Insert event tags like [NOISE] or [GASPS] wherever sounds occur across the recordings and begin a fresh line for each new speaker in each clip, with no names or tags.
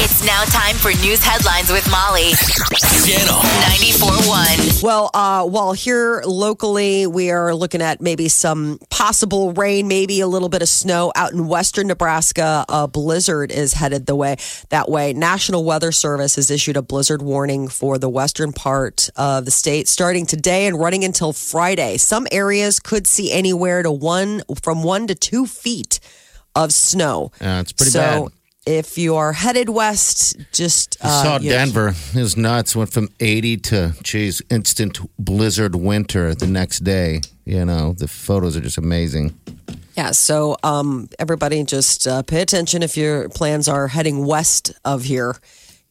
It's now time for news headlines with Molly. Channel 94.1.
Well, uh, while here locally, we are looking at maybe some possible rain, maybe a little bit of snow out in western Nebraska. A blizzard is headed the way that way. National Weather Service has issued a blizzard warning for the western part of the state starting today and running until Friday. Some areas could see anywhere to one from one to two feet of snow.
Yeah, it's pretty
so,
bad.
If you are headed west, just uh,
I saw
you know,
Denver. It was nuts. Went from 80 to, geez, instant blizzard winter the next day. You know, the photos are just amazing.
Yeah, so um, everybody just uh, pay attention if your plans are heading west of here.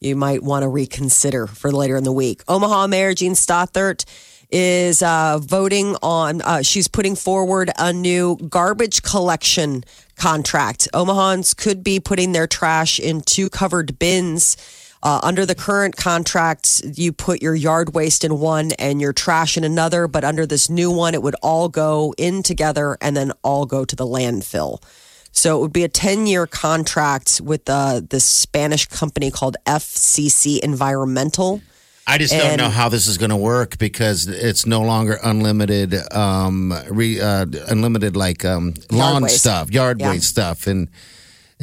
You might want to reconsider for later in the week. Omaha Mayor Jean Stothert is uh, voting on, uh, she's putting forward a new garbage collection contract. Omahans could be putting their trash in two covered bins. Uh, under the current contract, you put your yard waste in one and your trash in another, but under this new one, it would all go in together and then all go to the landfill. So it would be a 10 year contract with uh, this Spanish company called FCC Environmental.
I just don't
And-
know how this is going to work because it's no longer unlimited, um, re, uh, unlimited like um, lawn
waste.
stuff, yard
Yeah.
waste stuff, and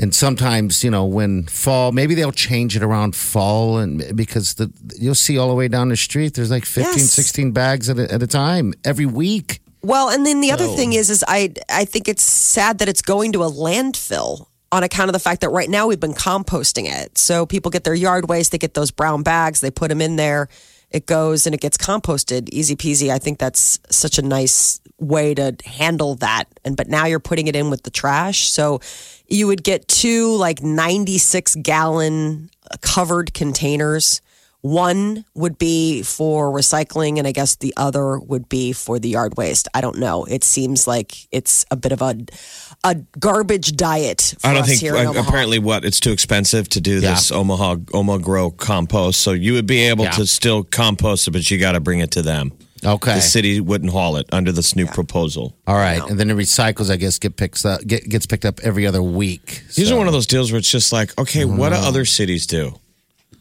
and sometimes you know when fall, maybe they'll change it around fall, and because the you'll see all the way down the street, there's like 15,
Yes.
16 bags at a, at a time every week.
Well, and then the other thing is, is I I think it's sad that it's going to a landfill on account of the fact that right now we've been composting it. So people get their yard waste, they get those brown bags, they put them in there, it goes and it gets composted, easy peasy. I think that's such a nice way to handle that. And but now you're putting it in with the trash, so you would get two like 96 gallon covered containers. One would be for recycling, and I guess the other would be for the yard waste. I don't know. It seems like it's a bit of a a garbage diet for
I don't
us
think
here in
uh,
Omaha.
apparently what it's too expensive to do this Omaha Omaha Grow compost. So you would be able
Yeah.
to still compost it, but you got to bring it to them.
Okay,
The city wouldn't haul it under this new proposal.
all right, and then the recycles, I guess, get picks up, get, gets picked up every other week.
These
So-
are one of those deals where it's just like, okay, what do other cities do?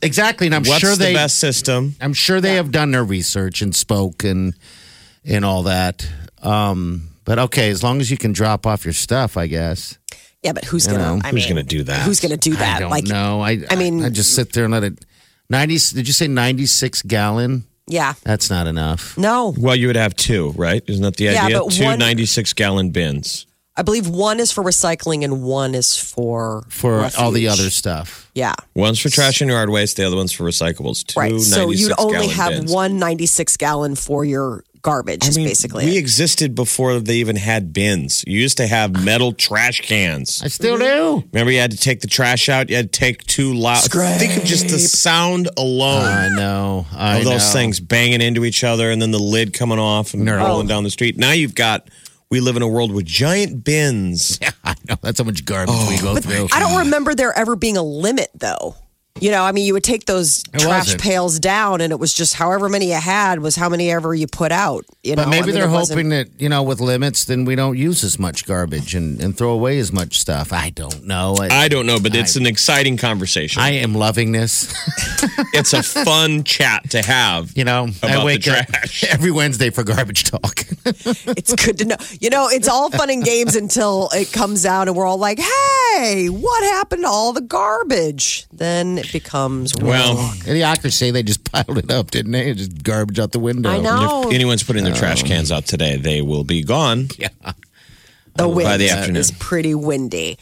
exactly, and I'm
What's
Mm-hmm. sure
the
they
best system?
I'm sure they have done their research and spoke and and all that. Um, but okay, as long as you can drop off your stuff, I guess.
Yeah, but who's gonna? I
Who's
mean,
going to do that?
who's gonna do that?
I don't
like,
know. I
I mean-
I, just sit there and let it. Ninety? Did you say ninety-six gallon?
yeah,
That's not enough.
no.
Well, you would have two, right? Isn't that the
Yeah,
idea?
but
Two
one-
96 gallon bins.
I believe one is for recycling and one is for
For all the
refuge.
other stuff,
Yeah,
One's for trash and yard waste, the other one's for recyclables. Two
right. So you'd
96
only
gallon
have
bins.
one 96 gallon for your garbage. is basically
we
it.
existed before they even had bins. You used to have metal trash cans.
I still do.
Remember, you had to take the trash out. You had to take two loud. Think of just the sound alone
I know. I
of those
know.
things banging into each other, and then the lid coming off and rolling down the street. Now you've got. We live in a world with giant bins.
[LAUGHS] I know. That's how much garbage we go through.
I don't remember there ever being a limit, though. You know, I mean, you would take those
It
trash
wasn't.
pails down, and it was just however many you had was how many ever you put out. You know,
But maybe
I mean,
they're
it wasn't-
hoping that you know, with limits, then we don't use as much garbage and, and throw away as much stuff. I don't know.
I don't know, but it's an exciting conversation.
I am loving this.
[LAUGHS]
[LAUGHS]
it's a fun chat to have.
You know,
About
I
the
wake up [LAUGHS]
trash.
every Wednesday for garbage talk.
[LAUGHS] it's good to know. You know, it's all fun and games until it comes out, and we're all like, "Hey, what happened to all the garbage?" Then it becomes
Well,
[LAUGHS] Idiocracy, they just piled it up, didn't they? Just garbage out the window.
I
[LAUGHS]
know
if anyone's putting their trash cans out today, they will be gone.
the wind
by the afternoon.
is pretty windy.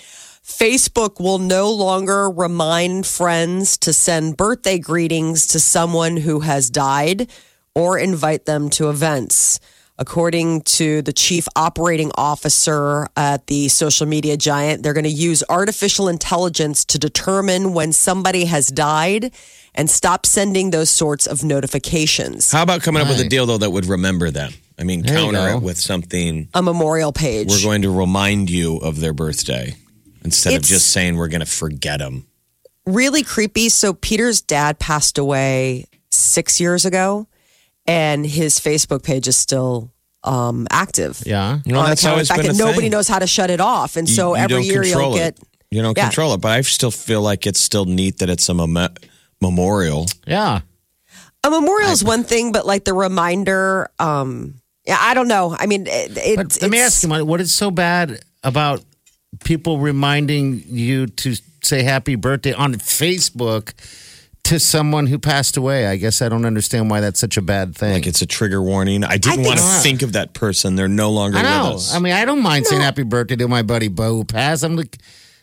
Facebook will no longer remind friends to send birthday greetings to someone who has died or invite them to events. According to the chief operating officer at the social media giant, they're going to use artificial intelligence to determine when somebody has died and stop sending those sorts of notifications.
How about coming up with a deal though that would remember them? I mean,
There you
counter
go.
it with something.
A memorial page.
We're going to remind you of their birthday instead of
It's-
just saying we're going to forget them.
really creepy. So Peter's dad passed away six years ago, and his Facebook page is still um, active.
Yeah.
You know,
On
that's
account of
always
the fact
been a
that nobody
thing.
knows how to shut it off, and so
you
every
don't
year you'll
control
get.
it. you don't
Yeah.
control it, but I still feel like it's still neat that it's a mem- memorial.
Yeah.
A memorial is one thing, but like the reminder, um, yeah, I don't know. I mean, it, it,
But let me ask
it's
you, what is so bad about people reminding you to say happy birthday on Facebook to someone who passed away? I guess I don't understand why that's such a bad thing.
Like it's a trigger warning. I didn't
think
want to
so.
think of that person. They're no longer
I know.
with us.
I mean, I don't mind saying happy birthday to my buddy Bo who passed. I'm like,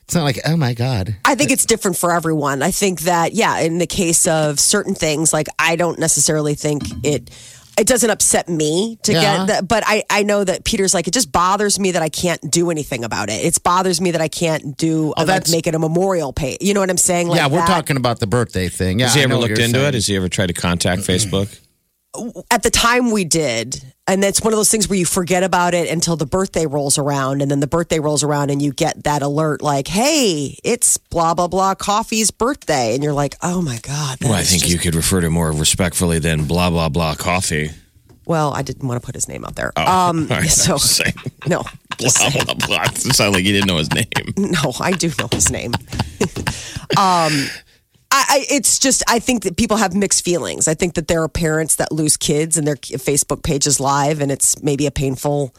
it's not like, oh my God.
I think it's different for everyone. I think that yeah, in the case of certain things, like I don't necessarily think it it doesn't upset me to
Yeah.
get that, but I I know that Peter's like it just bothers me that I can't do anything about it. It bothers me that I can't do uh, like
Oh, that's-
make it a memorial page. You know what I'm saying? Like
yeah, we're
that.
talking about the birthday thing. Yeah,
Has he
I
ever
know what
looked
you're
into
saying.
it? Has he ever tried to contact Facebook?
at the time we did. And that's one of those things where you forget about it until the birthday rolls around. And then the birthday rolls around and you get that alert like, hey, it's blah, blah, blah, coffee's birthday. And you're like, oh my God. that
Well, I
is
think
just-
you could refer to more respectfully than blah blah blah coffee.
Well, I didn't want to put his name out there.
Oh, [LAUGHS]
um,
all right,
so
I'm just saying.
[LAUGHS] no, just
blah blah blah. It sounded like you didn't know his name.
[LAUGHS] no, I do know his name. [LAUGHS] um, I, I, it's just I think that people have mixed feelings. I think that there are parents that lose kids and their Facebook page is live, and it's maybe a painful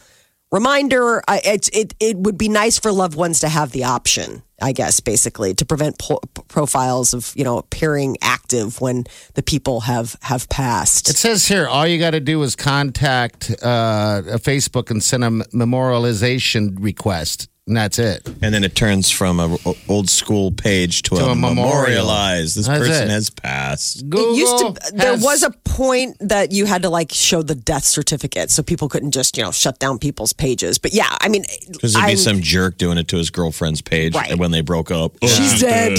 reminder. I, it, it it would be nice for loved ones to have the option, I guess, basically to prevent po- profiles of you know appearing active when the people have have passed.
It says here, all you got to do is contact uh, Facebook and send a memorialization request, and that's it.
And then it turns from a o- old school page to,
To
a,
a memorial.
memorialized. This
That's
person
it.
has passed.
Google
it used to there
has-
was a point that you had to like show the death certificate so people couldn't just you know shut down people's pages but yeah i mean
Because there'd be
I'm-
some jerk doing it to his girlfriend's page
Right.
when they broke up. Oh,
She's dead.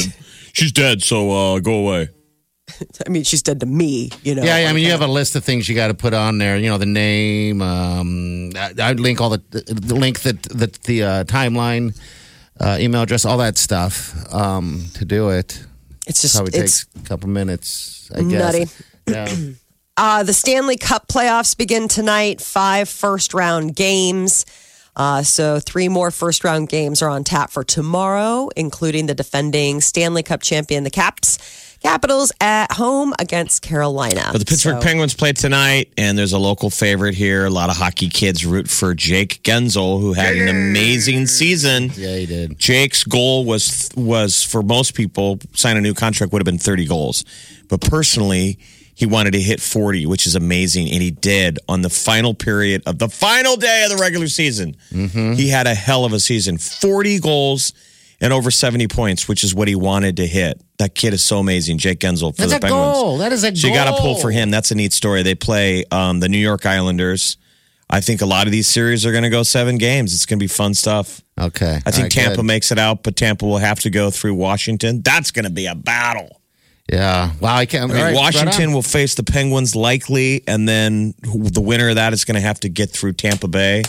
She's dead. So uh, go away.
i mean she's dead to me you know
Yeah, yeah, I mean, you have a list of things you got to put on there. You know, the name. Um, I, I link all the, the link that the, the uh, timeline, uh, email address, all that stuff um, to do it.
it's just
Probably
it's
takes a couple minutes. I
Nutty.
guess. [CLEARS THROAT] Yeah.
Uh, the Stanley Cup playoffs begin tonight. Five first round games. Uh, so, three more first round games are on tap for tomorrow, including the defending Stanley Cup champion, the Caps. Capitals at home against Carolina.
But the
So-
Pittsburgh Penguins play tonight, and there's a local favorite here. A lot of hockey kids root for Jake Genzel, who had an amazing season.
yeah, he did.
Jake's goal was was for most people sign a new contract would have been 30 goals, but personally he wanted to hit 40, which is amazing, and he did on the final period of the final day of the regular season. He had a hell of a season, 40 goals and over 70 points, which is what he wanted to hit. That kid is so amazing, Jake Genzel for
That's
the
a
Penguins.
goal. That is a
So you
goal.
got to pull for him. That's a neat story. They play um, the New York Islanders. I think a lot of these series are going to go seven games. It's going to be fun stuff.
Okay.
I
All
think
right,
Tampa
good.
makes it out, but Tampa will have to go through Washington. That's going to be a battle.
Yeah. Wow. I can't.
I mean,
all right, right on.
Washington will face the Penguins likely, and then who- the winner of that is going to have to get through Tampa Bay.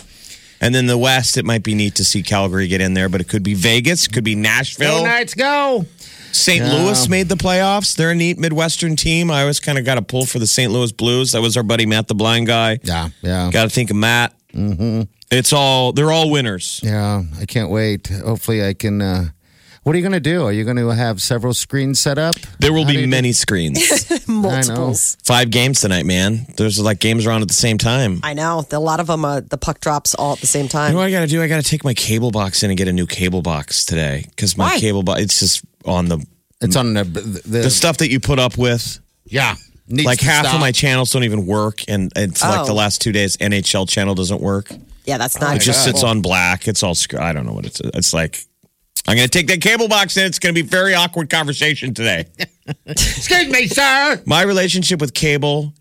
And then the West, it might be neat to see Calgary get in there, but it could be Vegas, it could be
Go
Nashville.
Knights, go.
St. Louis made the playoffs. They're a neat Midwestern team. I always kind of got a pull for the St. Louis Blues. That was our buddy Matt, the blind guy.
Yeah. Yeah.
Got to think of Matt. Mm-hmm. It's all they're all winners.
Yeah, I can't wait. Hopefully, I can. Uh, what are you going to do? Are you going to have several screens set up?
There will
How do
be
you do-
many
[LAUGHS]
screens.
[LAUGHS] multiples.
Five games tonight, man. There's like games around at the same time.
I know. A lot of them, uh, the puck drops all at the same
You
time.
know what I got to do? I got to take my cable box in and get a new cable box today because my
Why?
cable box it's just on the
It's on the the,
the stuff that you put up with.
Yeah, needs
Like
to
half
stop.
of my channels don't even work, and it's like the
Oh.
last two days NHL channel doesn't work.
Yeah, that's not
It just
good.
sits on black. It's all sc- I don't know what it's. It's like I'm going to take that cable box in. It's going to be very awkward conversation today.
Excuse me, sir.
My relationship with cable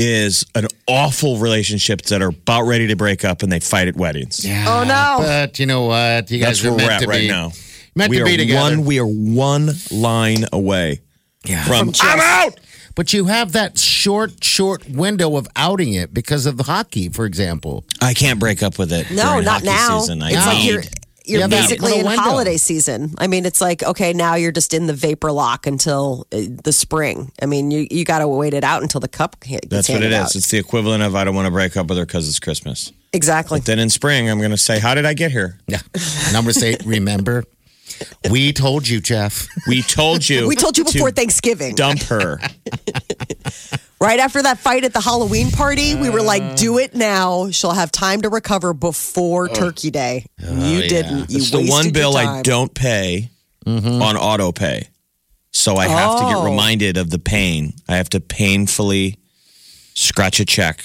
is an awful relationships that are about ready to break up and they fight at weddings.
Oh, no.
But you know what? You guys
That's where
are
we're
meant
at
to
right
be
now.
Meant
we
to
are
be together.
one. We are one line away
Yeah.
from.
just-
I'm out.
But you have that short, short window of outing it because of the hockey, for example.
I can't break up with it.
No,
during
not
hockey
now.
Season. I
it's like
need-
you're you're
Yeah, that
basically in
little window.
holiday season. I mean, it's like okay, now you're just in the vapor lock until uh, the spring. I mean, you you got to wait it out until the cup ha- gets
That's what it
handed
is.
out.
It's the equivalent of I don't want to break up with her because it's Christmas.
Exactly.
Then in spring, I'm going to say, "How did I get here?
Yeah. [LAUGHS] Number eight, remember? We told you, Jeff. [LAUGHS]
[LAUGHS]
We told you.
We told you
to
before Thanksgiving.
Dump her.
Right after that fight at the Halloween party, we were like, "Do it now. She'll have time to recover before Turkey Day." you didn't. You
Oh. It's the
wasted
one
your
bill I
time.
don't pay on auto pay. So I have to get
Oh.
reminded of the pain. I have to painfully scratch a check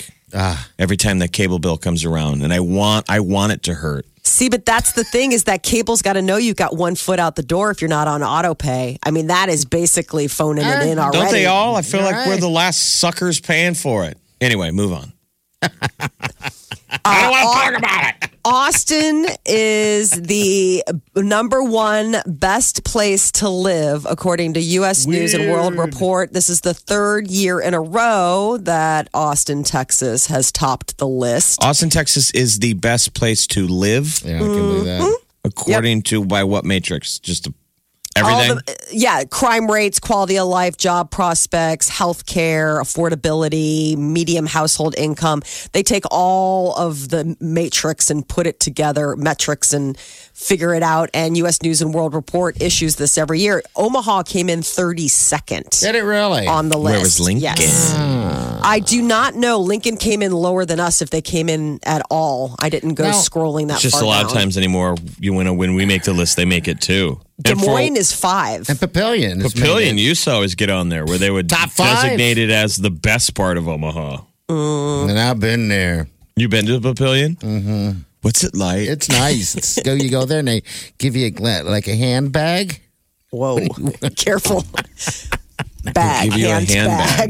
every time the cable bill comes around, and I want I want it to hurt.
See, but that's the thing is that cable's got to know you've got one foot out the door if you're not on auto pay. I mean, that is basically phoning it in already.
Eh, Don't they all? I feel
You're
like we're
right.
the last suckers paying for it. Anyway, move on.
I don't want to talk about it. Austin is the number one best place to live, according to U.S. News and World Report. This is the third year in a row that Austin, Texas, has topped the list.
Austin, Texas is the best place to live,
Yeah, I can believe
Mm-hmm.
that.
according to by what matrix? Just everything.
All the, yeah, crime rates, quality of life, job prospects, health care, affordability, medium household income. They take all of the matrix and put it together, metrics and figure it out. And U.S. News and World Report issues this every year. Omaha came in 32nd
Did it really?
on the list.
Where was Lincoln?
Yes. Mm, I do not know. Lincoln came in lower than us if they came in at all. I didn't go
No.
scrolling that
It's just
far
a lot of
down.
times anymore. You know, when we make the list, they make it too.
Des
And for-
Moines is five.
and Papillion. is
Papillion
made
used to always get on there where they would
Top five.
designate it as the best part of Omaha.
it. And I've been there.
You been to Papillion? Mm-hmm. What's it like?
It's nice. It's, go, you go there and they give you a gla- like a handbag.
Whoa, [LAUGHS] careful. Bag,
Give you a
hands bag.
handbag.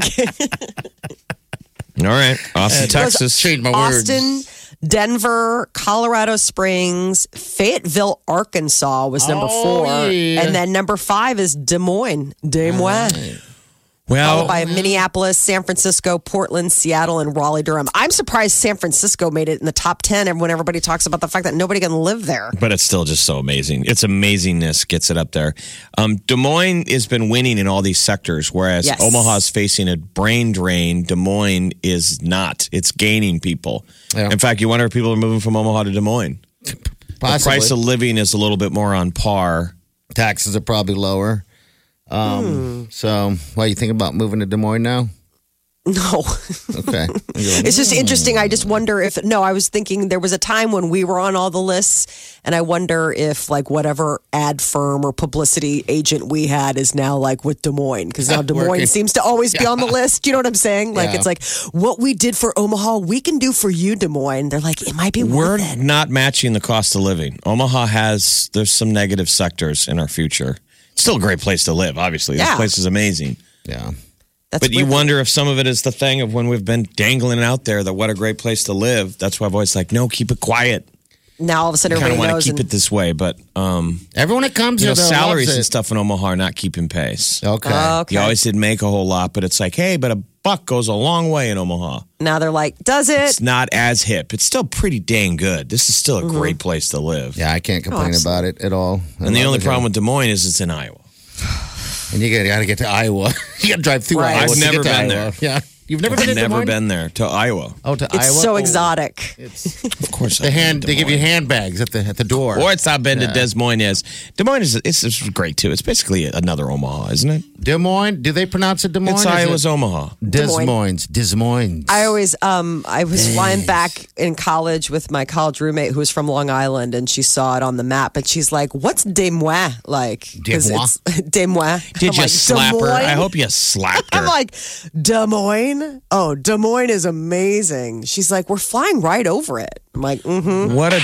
Mm.
All right,
Uh,
Austin, Texas.
[LAUGHS]
Change [LAUGHS] my words.
Austin, Denver, Colorado Springs, Fayetteville, Arkansas was number
Oh,
four,
yeah.
And then number five is Des Moines, Des Moines. Followed
Well,
Oh,
by Minneapolis, San Francisco, Portland, Seattle, and Raleigh Durham. I'm surprised San Francisco made it in the top 10 and when everybody talks about the fact that nobody can live there. [LAUGHS]
but it's still just so amazing. Its amazingness gets it up there. Um, Des Moines has been winning in all these sectors, whereas
Yes.
Omaha's facing a brain drain. Des Moines is not. It's gaining people.
Yeah.
In fact, you wonder if people are moving from Omaha to Des Moines. The
Possibly.
price of living is a little bit more on par.
taxes are probably lower. Um, So, why you thinking about moving to Des Moines
[LAUGHS]
now?
No.
Okay. You're like,
It's just interesting. I just wonder if no, I was thinking there was a time when we were on all the lists, and I wonder if like whatever ad firm or publicity agent we had is now like with Des Moines because
[LAUGHS]
now Des
Working.
Moines seems to always be on the list. You know what I'm saying? Like
Yeah.
it's like what we did for Omaha, we can do for you, Des Moines. They're like it might be
We're
worth it.
not matching the cost of living. Omaha has there's some negative sectors in our future. It's still a great place to live, obviously. This
Yeah.
place is amazing.
yeah.
That's
but you
weird.
wonder if some of it is the thing of when we've been dangling it out there that what a great place to live. That's why I've always like, no, keep it quiet.
now all of a sudden
Kind of
everybody
want to
knows.
keep
and-
it this way, but um,
Everyone that comes
you know,
here, though,
salaries
loves
and
it.
stuff in Omaha are not keeping pace.
Okay.
Oh, okay.
You always did make a whole lot, but it's like, hey, but a buck goes a long way in Omaha.
now they're like, does it?
It's not as hip. It's still pretty dang good. This is still a
Mm-hmm.
great place to live.
yeah, I can't complain about it at all. I
And the
love
only
it.
problem with Des Moines is it's in Iowa.
And you gotta, gotta get to Iowa. [LAUGHS] you gotta drive through
Right.
Iowa.
I've
to get
never
to
been
Iowa.
there.
Yeah. You've never been to
I've
Des
never
Moines?
been there to Iowa.
Oh, to
It's
Iowa.
so
Oh,
exotic.
Of course,
They hand. They give you handbags at the at the door.
Or it's not been to Des Moines. Is Des Moines is it's, it's great too. It's basically another Omaha, isn't it?
Des Moines. Do they pronounce it Des Moines?
It's
or is
Iowa's
it [LAUGHS]
Omaha.
Des Moines. Des Moines.
I always, um, I was flying back in college with my college roommate who was from Long Island, and she saw it on the map, and she's like, "What's Des Moines like?" 'Cause
Des Moines?
it's- [LAUGHS] Des Moines.
Did
I'm
you
like,
slap
Des
her? I
Moines?
hope you slapped her.
I'm like, Des Moines. Oh, Des Moines is amazing. She's like, "We're flying right over it." I'm like, "Mm-hmm."
what a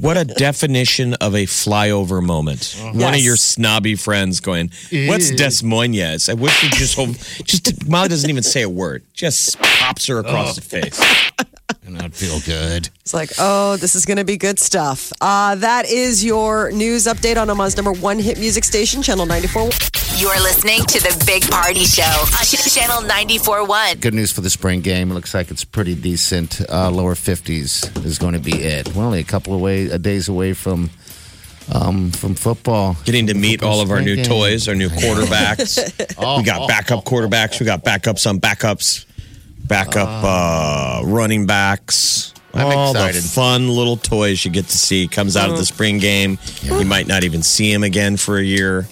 what a definition of a flyover moment. One of
Yes.
your snobby friends going, "What's Des Moines?" I wish you just hold, just Molly doesn't even say a word. Just pops her across the face.
And I'd feel good.
It's like, oh, this is going to be good stuff. Uh, that is your news update on Omaha's number one hit music station, Channel 94.
You're listening to the Big Party Show on Ch- Channel 94.1.
Good news for the spring game. It looks like it's pretty decent. Uh, lower 50s is going to be it. We're only a couple of way, uh, days away from um, from football.
Getting to meet all of our new
Spring game.
toys, our new quarterbacks. we got backup quarterbacks. We got backups on backups, backup uh, running backs.
I'm
all
excited.
the fun little toys you get to see comes out of the spring game. You might not even see him again for a year.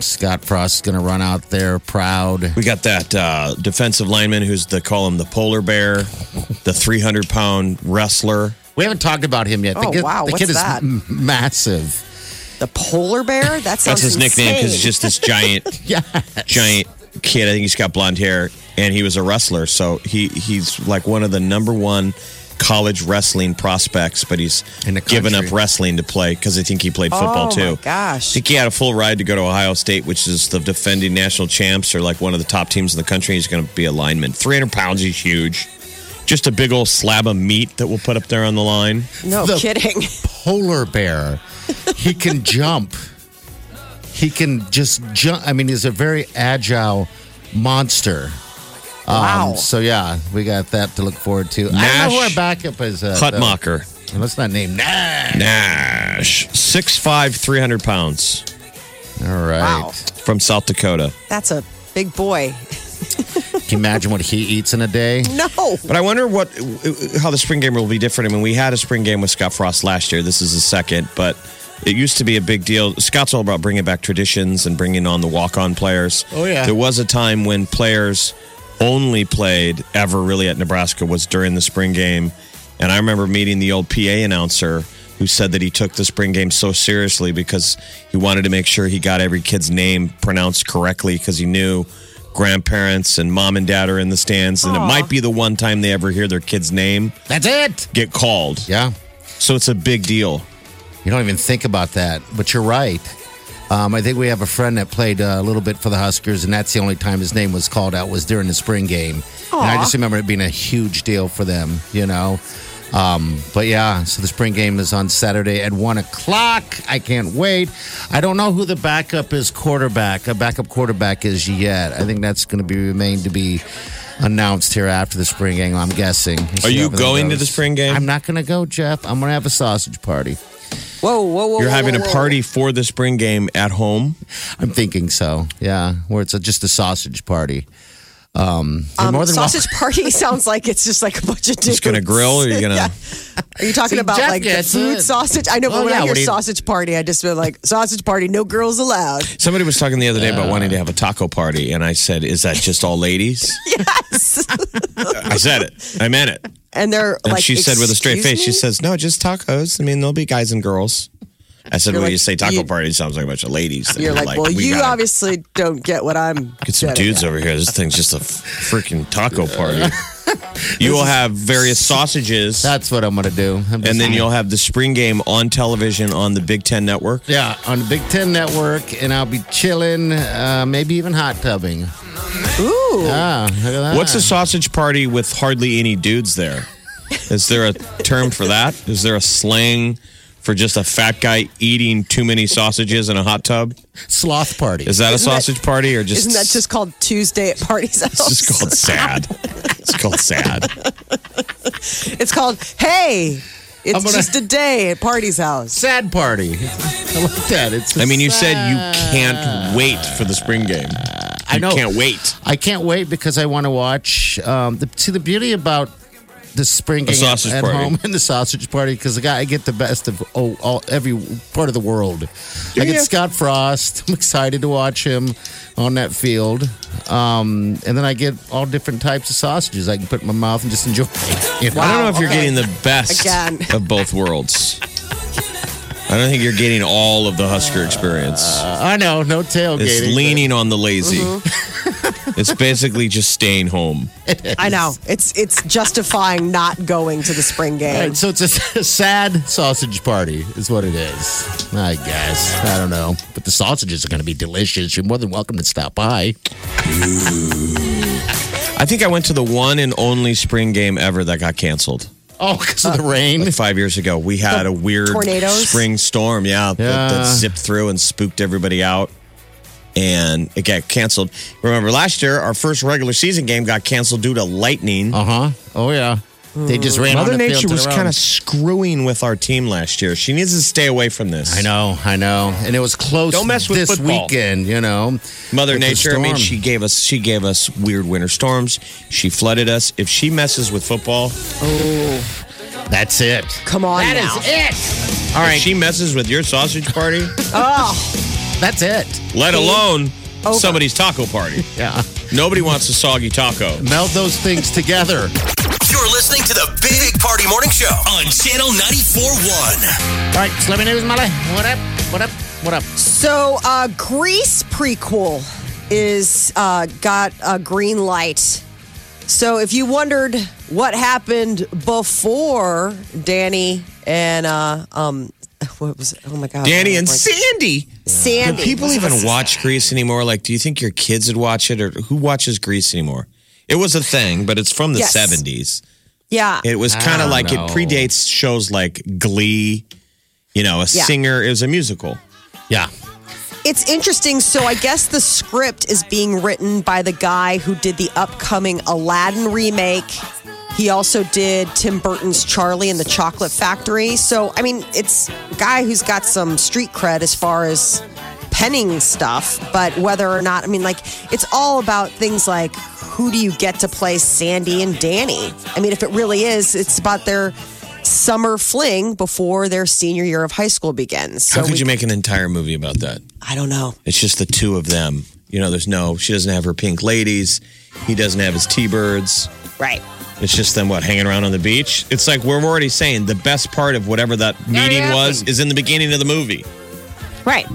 Scott Frost is going to run out there proud.
We got that uh, defensive lineman who's the call him the polar bear, the 300 pound wrestler.
We haven't talked about him yet. The
Oh,
kid,
wow,
the
what's
kid is
that?
m- massive.
The polar bear? That sounds
That's his nickname because he's
insane.
just this giant,
Yeah.
giant kid. I think he's got blonde hair, and he was a wrestler, so he he's like one of the number one college wrestling prospects. But he's
In the
given up
country.
wrestling to play because I think he played football
Oh,
too.
my gosh.
I think he had a full ride to go to Ohio State, which is the defending national champs or like one of the top teams in the country. He's going to be a lineman. 300 pounds, he's huge. Just a big old slab of meat that we'll put up there on the line.
No
The-
kidding.
Polar bear. He
[LAUGHS]
can jump. He can just jump. I mean, he's a very agile monster. Um,
Wow.
So, yeah, we got that to look forward to. I don't know who our
Nash
backup is. Uh, though.
Hutmacher.
Let's not name Nash.
Nash. 6'5, 300 pounds
All right.
Wow.
from South Dakota.
That's a big boy. [LAUGHS]
Can you imagine what he eats in a day?
No.
[LAUGHS] But I wonder what how the spring game will be different. I mean, we had a spring game with Scott Frost last year. This is the second, but it used to be a big deal. Scott's all about bringing back traditions and bringing on the walk-on players.
Oh, yeah.
there was a time when players only played ever really at Nebraska was during the spring game, and I remember meeting the old PA announcer who said that he took the spring game so seriously because he wanted to make sure he got every kid's name pronounced correctly because he knew grandparents and mom and dad are in the stands and it might be the one time they ever hear their kid's name
That's it.
get called
Yeah.
so it's a big deal
You don't even think about that, but you're right. Um, I think we have a friend that played uh, a little bit for the Huskers, and that's the only time his name was called out was during the spring game. And I just remember it being a huge deal for them, you know. Um, but yeah, so the spring game is on Saturday at one o'clock. I can't wait. I don't know who the backup is quarterback, a backup quarterback is yet. I think that's going to be remain to be announced here after the spring game. I'm guessing. We'll see
you
how everything
going to the spring game?
I'm not going to go, Jeff. I'm going to have a sausage party.
Whoa, whoa, whoa.
you're
whoa,
having a
whoa, whoa.
party for the spring game at home
I'm thinking so. Yeah, where it's a, just a sausage party. Um, you're
Um,
more than
sausage
welcome-
party [LAUGHS] sounds like it's just like a bunch of dudes. [LAUGHS]
just gonna grill or you're gonna
Are you talking
See,
about
Jeff
like the
gets
food
it.
sausage? I know,
Oh,
but when
yeah,
I hear
what do you-
sausage party, I just feel like sausage party, no girls allowed.
somebody was talking the other day about wanting to have a taco party and i said is that just all ladies
[LAUGHS] Yes.
i said it i meant it
and they're
and
like,
she said with a straight
"Excuse
face she
me?"
says no just tacos i mean there'll be guys and girls I said,
You're
well,
like,
you say taco
you-
party sounds like a bunch of ladies. And
You're
they're
like, well,
"We
you
gotta
obviously don't get what I'm.
Get some
getting
dudes
at."
over here. This thing's just a freaking taco party. you will have various sausages, and
That's what I'm gonna do. I'm just-
then you'll have the spring game on television on the Big Ten Network.
yeah on the Big Ten Network, and I'll be chilling, uh, maybe even hot tubbing.
Ooh,
Ah, look at that.
Oh.
Uh-huh.
What's a sausage party with hardly any dudes there? Is there a term for that? Is there a slang for just a fat guy eating too many sausages in a hot tub?
sloth party?
Is that a
Isn't that-
sausage party or just
isn't that just called Tuesday at parties?
it's just called sad? It's called sad.
[LAUGHS] It's called hey. It's
I'm gonna-
just a day at party's house.
sad party? [LAUGHS] I like that. It's. a
I mean, you said you
sad-
can't wait for the spring game.
I know.
You can't wait.
I can't wait because I want to watch. Um, the, see, the beauty about the spring game at,
sausage
at
party.
home and the sausage party because I got I get the best of oh, all every part of the world. I get Scott Frost. [LAUGHS] I'm excited to watch him on that field, um, and then I get all different types of sausages I can put in my mouth and just enjoy. [LAUGHS] You know?
I don't know if you're
okay.
getting the best
Again.
of both worlds. I don't think you're getting all of the Husker experience.
I know no tailgating.
It's leaning on the lazy. [LAUGHS] It's basically just staying home.
I know. It's it's justifying not going to the spring
All
game.
right, so it's a, [LAUGHS] a sad sausage party, is what it is. I guess. I don't know. But the sausages are going to be delicious. You're more than welcome to stop by.
I think I went to the one and only spring game ever that got canceled.
Oh, because
Uh,
of the rain.
Like five years ago, we had a weird
tornadoes?
spring storm. Yeah, That, that
Yeah.
zipped through and spooked everybody out, and it got canceled. Remember last year, our first regular season game got canceled due to lightning.
Uh huh. Oh yeah. They just ran. on
Mother
the
Nature
field to
was
their
kind
own.
of screwing with our team last year. She needs to stay away from this.
I know. I know. And it was close.
Don't mess with
this
football.
weekend. You know,
Mother
With the
Nature. I mean,
storm.
she gave us she gave us weird winter storms. She flooded us. If she messes with football,
That's it.
Come on
That
now.
is it. All right.
if she messes with your sausage
[LAUGHS]
party,
Oh,
That's it.
let alone somebody's taco party.
Yeah.
Nobody wants a soggy taco.
[LAUGHS]
Meld those things together.
You're listening to the Big Party Morning Show on Channel 94.1.
All right. Celebrity news, Molly. What up? What up? What up?
so uh, Grease prequel is uh, got a green light. So if you wondered what happened before Danny and uh, um, [LAUGHS] what was it? oh my god,
Danny and
Like,
Sandy. Do
Sandy.
people even watch Grease anymore? Like, do you think your kids would watch it, or who watches Grease anymore? It was a thing, but it's from the
Yes.
seventies.
yeah,
It was
I
kind of
don't
like
know.
it predates shows like Glee. You know, a
Yeah.
singer. It was a musical.
Yeah.
It's interesting. So I guess the script is being written by the guy who did the upcoming Aladdin remake. He also did Tim Burton's Charlie and the Chocolate Factory. So I mean, it's a guy who's got some street cred as far as penning stuff, but whether or not, I mean, like it's all about things like who do you get to play Sandy and Danny? I mean, if it really is, it's about their summer fling before their senior year of high school begins. So
How could
we-
you make an entire movie about that?
I don't know.
It's just the two of them. You know, there's no. She doesn't have her pink ladies. He doesn't have his T birds.
Right.
It's just them what hanging around on the beach. It's like we're already saying the best part of whatever that meeting was is in the beginning of the movie.
Right.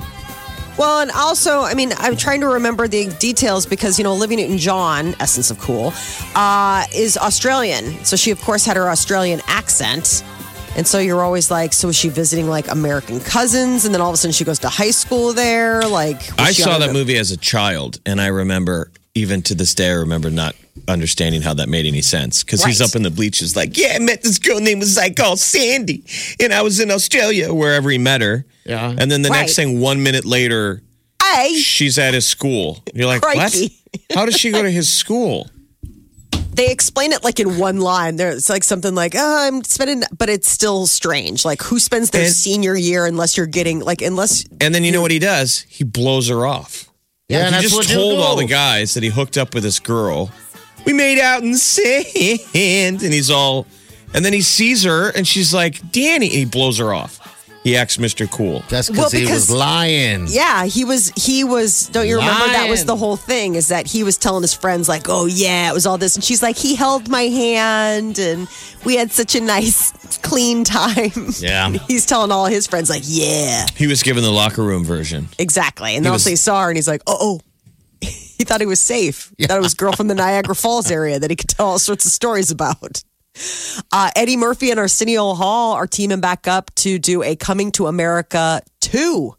Well, and also, I mean, I'm trying to remember the details because, you know, Olivia Newton John, Essence of Cool, uh, is Australian. So she, of course, had her Australian accent. And so you're always like, so is she visiting like American cousins? And then all of a sudden she goes to high school there. Like, was
I
she
saw
on
that
a-
movie as a child, and I remember even to this day, I remember not understanding how that made any sense because he's
Right.
up in the bleachers, like, yeah, I met this girl named was like called Sandy, and I was in Australia wherever he met her.
Yeah.
and then the next
Right.
thing, one minute later,
Hey,
she's at his school. You're like,
Crikey.
what? How does she go to his school?
they explain it like in one line. There, it's like something like, oh, I'm spending, but it's still strange. Like, who spends their
And-
senior year unless you're getting, like, unless
And then you know what he does? He blows her off.
Yeah.
Like,
and
he
that's
just
what you
told
do.
all the guys that he hooked up with this girl. We made out in the sand, and he's all, and then he sees her, and she's like, "Danny," and he blows her off. He acts Mr. Cool.
That's
Well,
because he was
because-
lying.
Yeah, he was. He was. Don't you remember? That was
Lying.
the whole thing. Is that he was telling his friends like, "Oh yeah, it was all this," and she's like, "He held my hand, and we had such a nice, [LAUGHS] clean time."
Yeah.
[LAUGHS] he's telling all his friends like, "Yeah,
He was given the locker room version.
exactly." And then also he saw her, and he's like, "Oh." oh. [LAUGHS] He thought he was safe. He Thought it was a girl from the Niagara Falls area that he could tell all sorts of stories about. [LAUGHS] Uh, Eddie Murphy and Arsenio Hall are teaming back up to do a Coming to America 2.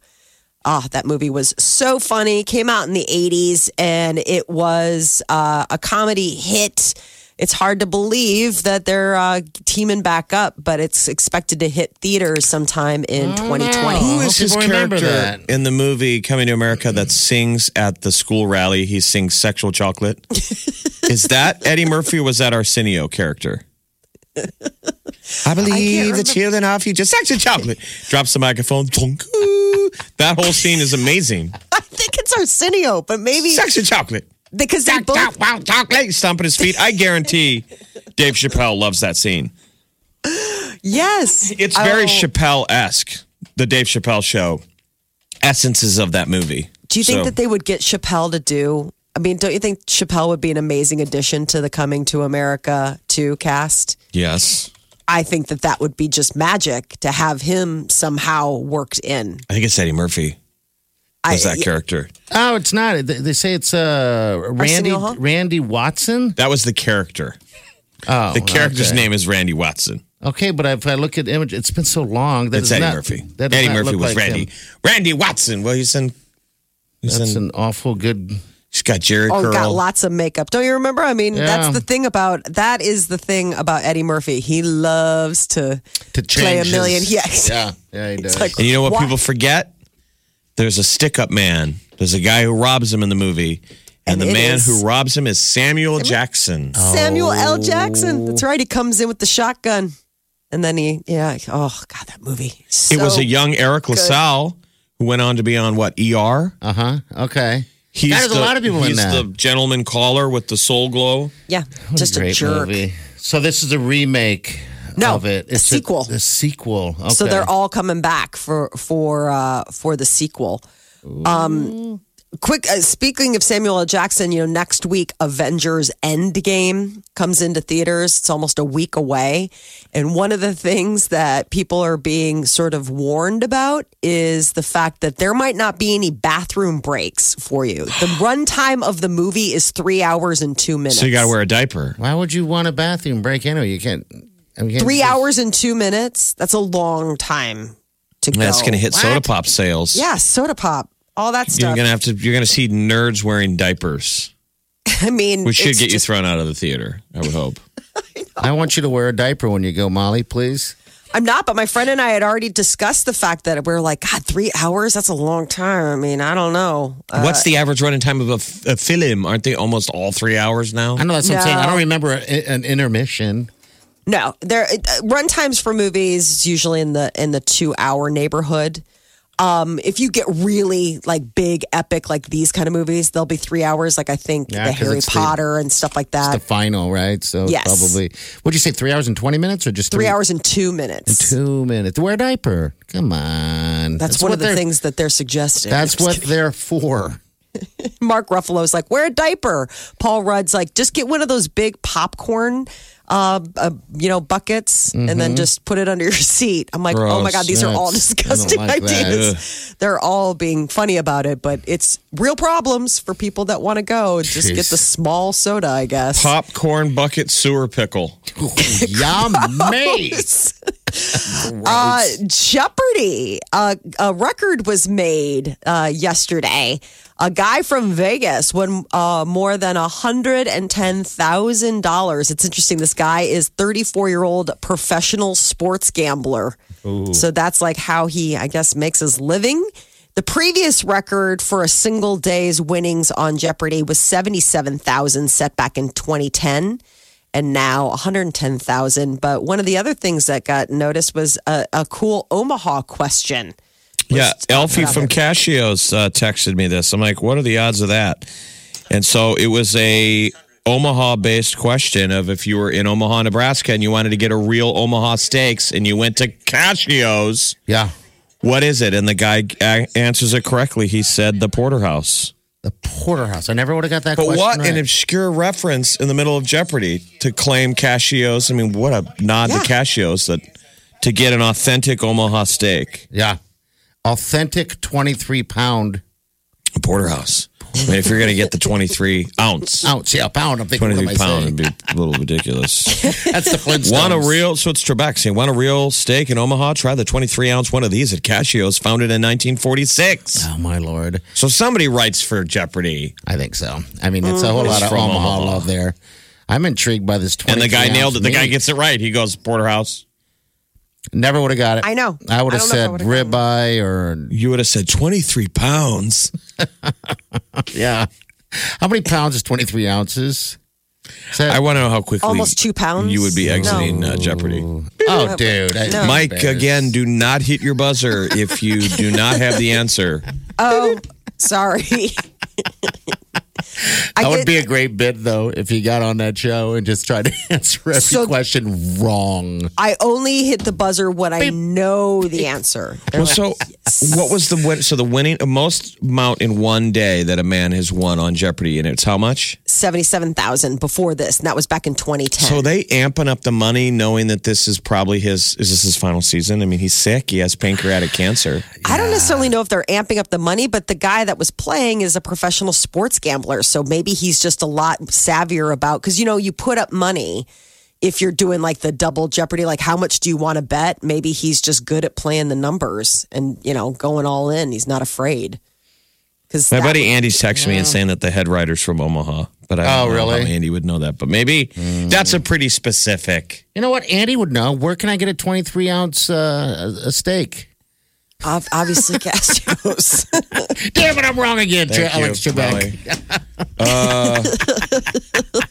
Ah, that movie was so funny. Came out in the 80s and it was uh, a comedy hit. It's hard to believe that they're uh, teaming back up, but it's expected to hit theaters sometime in 2020.
Who
Who's his character in the movie Coming to America that sings at the school rally? He sings "Sexual Chocolate."
[LAUGHS]
Is that Eddie Murphy? Or was that Arsenio character? I believe the children are future. Sexual chocolate. Drops the microphone. Thunk. Ooh. That whole scene is amazing.
I think it's Arsenio, but maybe
Sexual chocolate.
because they
Wow,
both.
wow, chocolate. Stomping his feet. I guarantee Dave Chappelle loves that scene.
Yes.
It's very
Oh.
Chappelle esque, the Dave Chappelle show. Essences of that movie.
Do you think
So-
that they would get Chappelle to do? I mean, don't you think Chappelle would be an amazing addition to the Coming to America 2 cast?
Yes.
I think that that would be just magic to have him somehow worked in.
I think it's Eddie Murphy. was that character?
Oh, it's not. They- They say it's uh, Randy
Arsenio Hall?
Randy Watson.
That was the character.
Oh,
The character's
okay.
name is Randy Watson.
Okay, but if I look at image, it's been so long that
That's
does
Eddie
not-
Murphy.
That does
Eddie
not
Murphy
look
was
like
Randy.
him.
Randy Watson. Well, he's in. He's
That's an
in.
awful good.
She's got Jerry
Oh,
Curl.
got lots of makeup. Don't you remember? I mean, that's
Yeah.
the thing about that is the thing about Eddie Murphy. He loves to
To
play a
change
million.
his-
Yes.
Yeah, yeah, he does.
like-
and you know what,
Why-
people forget? There's a stick up man. There's a guy who robs him in the movie. And,
And
the
it
man
is-
who robs him is Samuel Jackson.
Oh.
Samuel L. Jackson. That's right. He comes in with the shotgun, and then he, yeah. Oh God, that movie. So,
It was a young Eric LaSalle who went on to be on what ER.
uh huh. Okay.
He's
God, there's a lot of people in
he's
that.
the gentleman caller with the soul glow.
yeah, just a,
Great
jerk.
movie. So this is a remake
No,
of it.
a sequel.
A, sequel. Okay.
So they're all coming back for for uh, for the sequel. Um, quick. Uh, speaking of Samuel L. Jackson, you know, next week Avengers Endgame comes into theaters. It's almost a week away, and one of the things that people are being sort of warned about is the fact that there might not be any bathroom breaks for you.
[GASPS]
The runtime of the movie is three hours and two minutes.
So you got to wear a diaper.
Why would you want a bathroom break anyway? You can't. I mean, you can't
three
just-
hours and two minutes. That's a long time to go.
That's going to hit soda pop sales.
Yeah, soda pop, all that
You're
stuff.
going to have to. You're going to see nerds wearing diapers.
[LAUGHS] I mean,
We should
it's
get you
just-
thrown out of the theater. I would hope.
I want you to wear a diaper when you go, Molly. Please.
I'm not, but my friend and I had already discussed the fact that we're like, God, three hours? That's a long time. I mean, I don't know. Uh,
What's the average running time of a, f- a film? Aren't they almost all three hours now?
I know that's what I'm saying. I
No.
don't remember a, an intermission.
no, there uh, run times for movies is usually in the in the two hour neighborhood. Um, if you get really like big, epic, like these kind of movies, they'll be three hours. Like I think
Yeah,
the
'cause
Harry
it's the-
Potter and stuff like that.
The final, right? So it's
Uh, Yes.
probably. Would you say three hours and twenty minutes, or just
three hours and two minutes.
Two minutes. Wear a diaper. Come on.
That's, one
what
of the
they're-
things that they're suggesting.
That's what
[LAUGHS]
they're for.
Mark Ruffalo's like, wear a diaper. Paul Rudd's like, just get one of those big popcorn, uh, uh, you know, buckets, and
Mm-hmm.
then just put it under your seat. I'm like, oh my
Gross.
god, these are all
That's-
disgusting
I don't like that.
ideas. They're all being funny about it, but it's real problems for people that want to go. Just get
Jeez.
the small soda, I guess.
Popcorn bucket sewer pickle.
Yummy.
Uh, Jeopardy. Uh, a record was made uh, yesterday. A guy from Vegas won uh, more than hundred and ten thousand dollars. It's interesting. This guy is thirty-four year old professional sports gambler. So that's like how he, I guess, makes his living. The previous record for a single day's winnings on Jeopardy was seventy-seven thousand, set back in twenty ten and now 110,000. But one of the other things that got noticed was a, a cool Omaha question.
Yeah, Elfie
about
from
it.
Cashios uh, texted me this. I'm like, what are the odds of that? And so it was a Omaha based question of if you were in Omaha, Nebraska, and you wanted to get a real Omaha steaks, and you went to Cashios,
yeah.
what is it? And the guy a- answers it correctly. He said the porterhouse.
The porterhouse. I never would have got that
But
question.
what an
right.
obscure reference in the middle of Jeopardy to claim Cashios. I mean, what a nod to
Yeah.
Cashios that to get an authentic Omaha steak,
Yeah. Authentic 23 pound
a porterhouse. I mean, if you're going to get the 23
[LAUGHS]
ounce,
ounce. Yeah, pound. I'm thinking, what am I
23 pound
saying?
would be a little
[LAUGHS]
ridiculous.
That's the Flintstones.
want a real, so it's Trebek saying, want a real steak in Omaha? Try the 23 ounce one of these at Cashios, founded in 1946.
Oh, my Lord.
So somebody writes for Jeopardy.
I think so. I mean, Oh, it's a whole lot of
from
Omaha,
Omaha.
love there. I'm intrigued by this 23
And the guy nailed it.
ounce
The guy
meat.
gets it right. He goes, porterhouse.
Never would have got it.
I know.
I would
I don't know
have
if I
said
would've gotten
ribeye or,
You would have said 23 pounds.
yeah. How many pounds is 23 ounces? Is that-
I want to know how quickly
Almost two pounds?
you would be
[LAUGHS]
exiting uh, Jeopardy.
oh, dude. I-
Mike, again, do not hit your buzzer if you [LAUGHS] do not have the answer.
Oh, sorry. I
that would
did-
be a great bit though if he got on that show and just tried to [LAUGHS] answer every
So-
question wrong.
I only hit the buzzer when I know the answer. They're
Well,
like,
so what was the win? So the winning most amount in one day that a man has won on Jeopardy, and it's how much?
77,000 before this, and that was back in 2010.
So they amping up the money, knowing that this is probably his. Is this his final season? I mean, he's sick. He has pancreatic cancer.
I don't necessarily know if they're amping up the money, but the guy that was playing is a professional sports gambler. So maybe he's just a lot savvier about because you know, you put up money if you're doing like the double jeopardy, like how much do you want to bet? Maybe he's just good at playing the numbers and you know, going all in. He's not afraid. Because
My buddy Andy's texting me and saying that the head writer's from Omaha, but I
Oh,
don't know
really? Mm.
how Andy would know that. But maybe that's a pretty specific.
You know what? Andy would know. Where can I get a 23 ounce uh, a- a steak?
[LAUGHS] obviously [LAUGHS] Castro's.
Damn it, I'm wrong again,
Thank
Tre- Alex
you,
Trebek.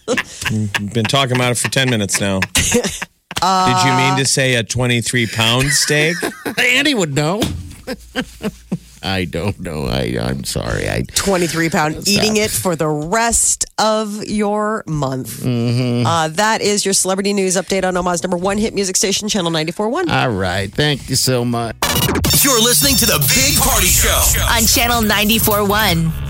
Molly. Uh, [LAUGHS] been talking about it for ten
[LAUGHS]
minutes now. Did you
Uh,
mean to say a twenty-three pound steak?
Andy would know. [LAUGHS] I don't know. I, I'm sorry. I
23 pound eating it for the rest of your month. Uh, that is your celebrity news update on Omaha's number one hit music station, Channel 94.1.
All right. Thank you so much.
You're listening to the Big Party Show.
on Channel 94.1.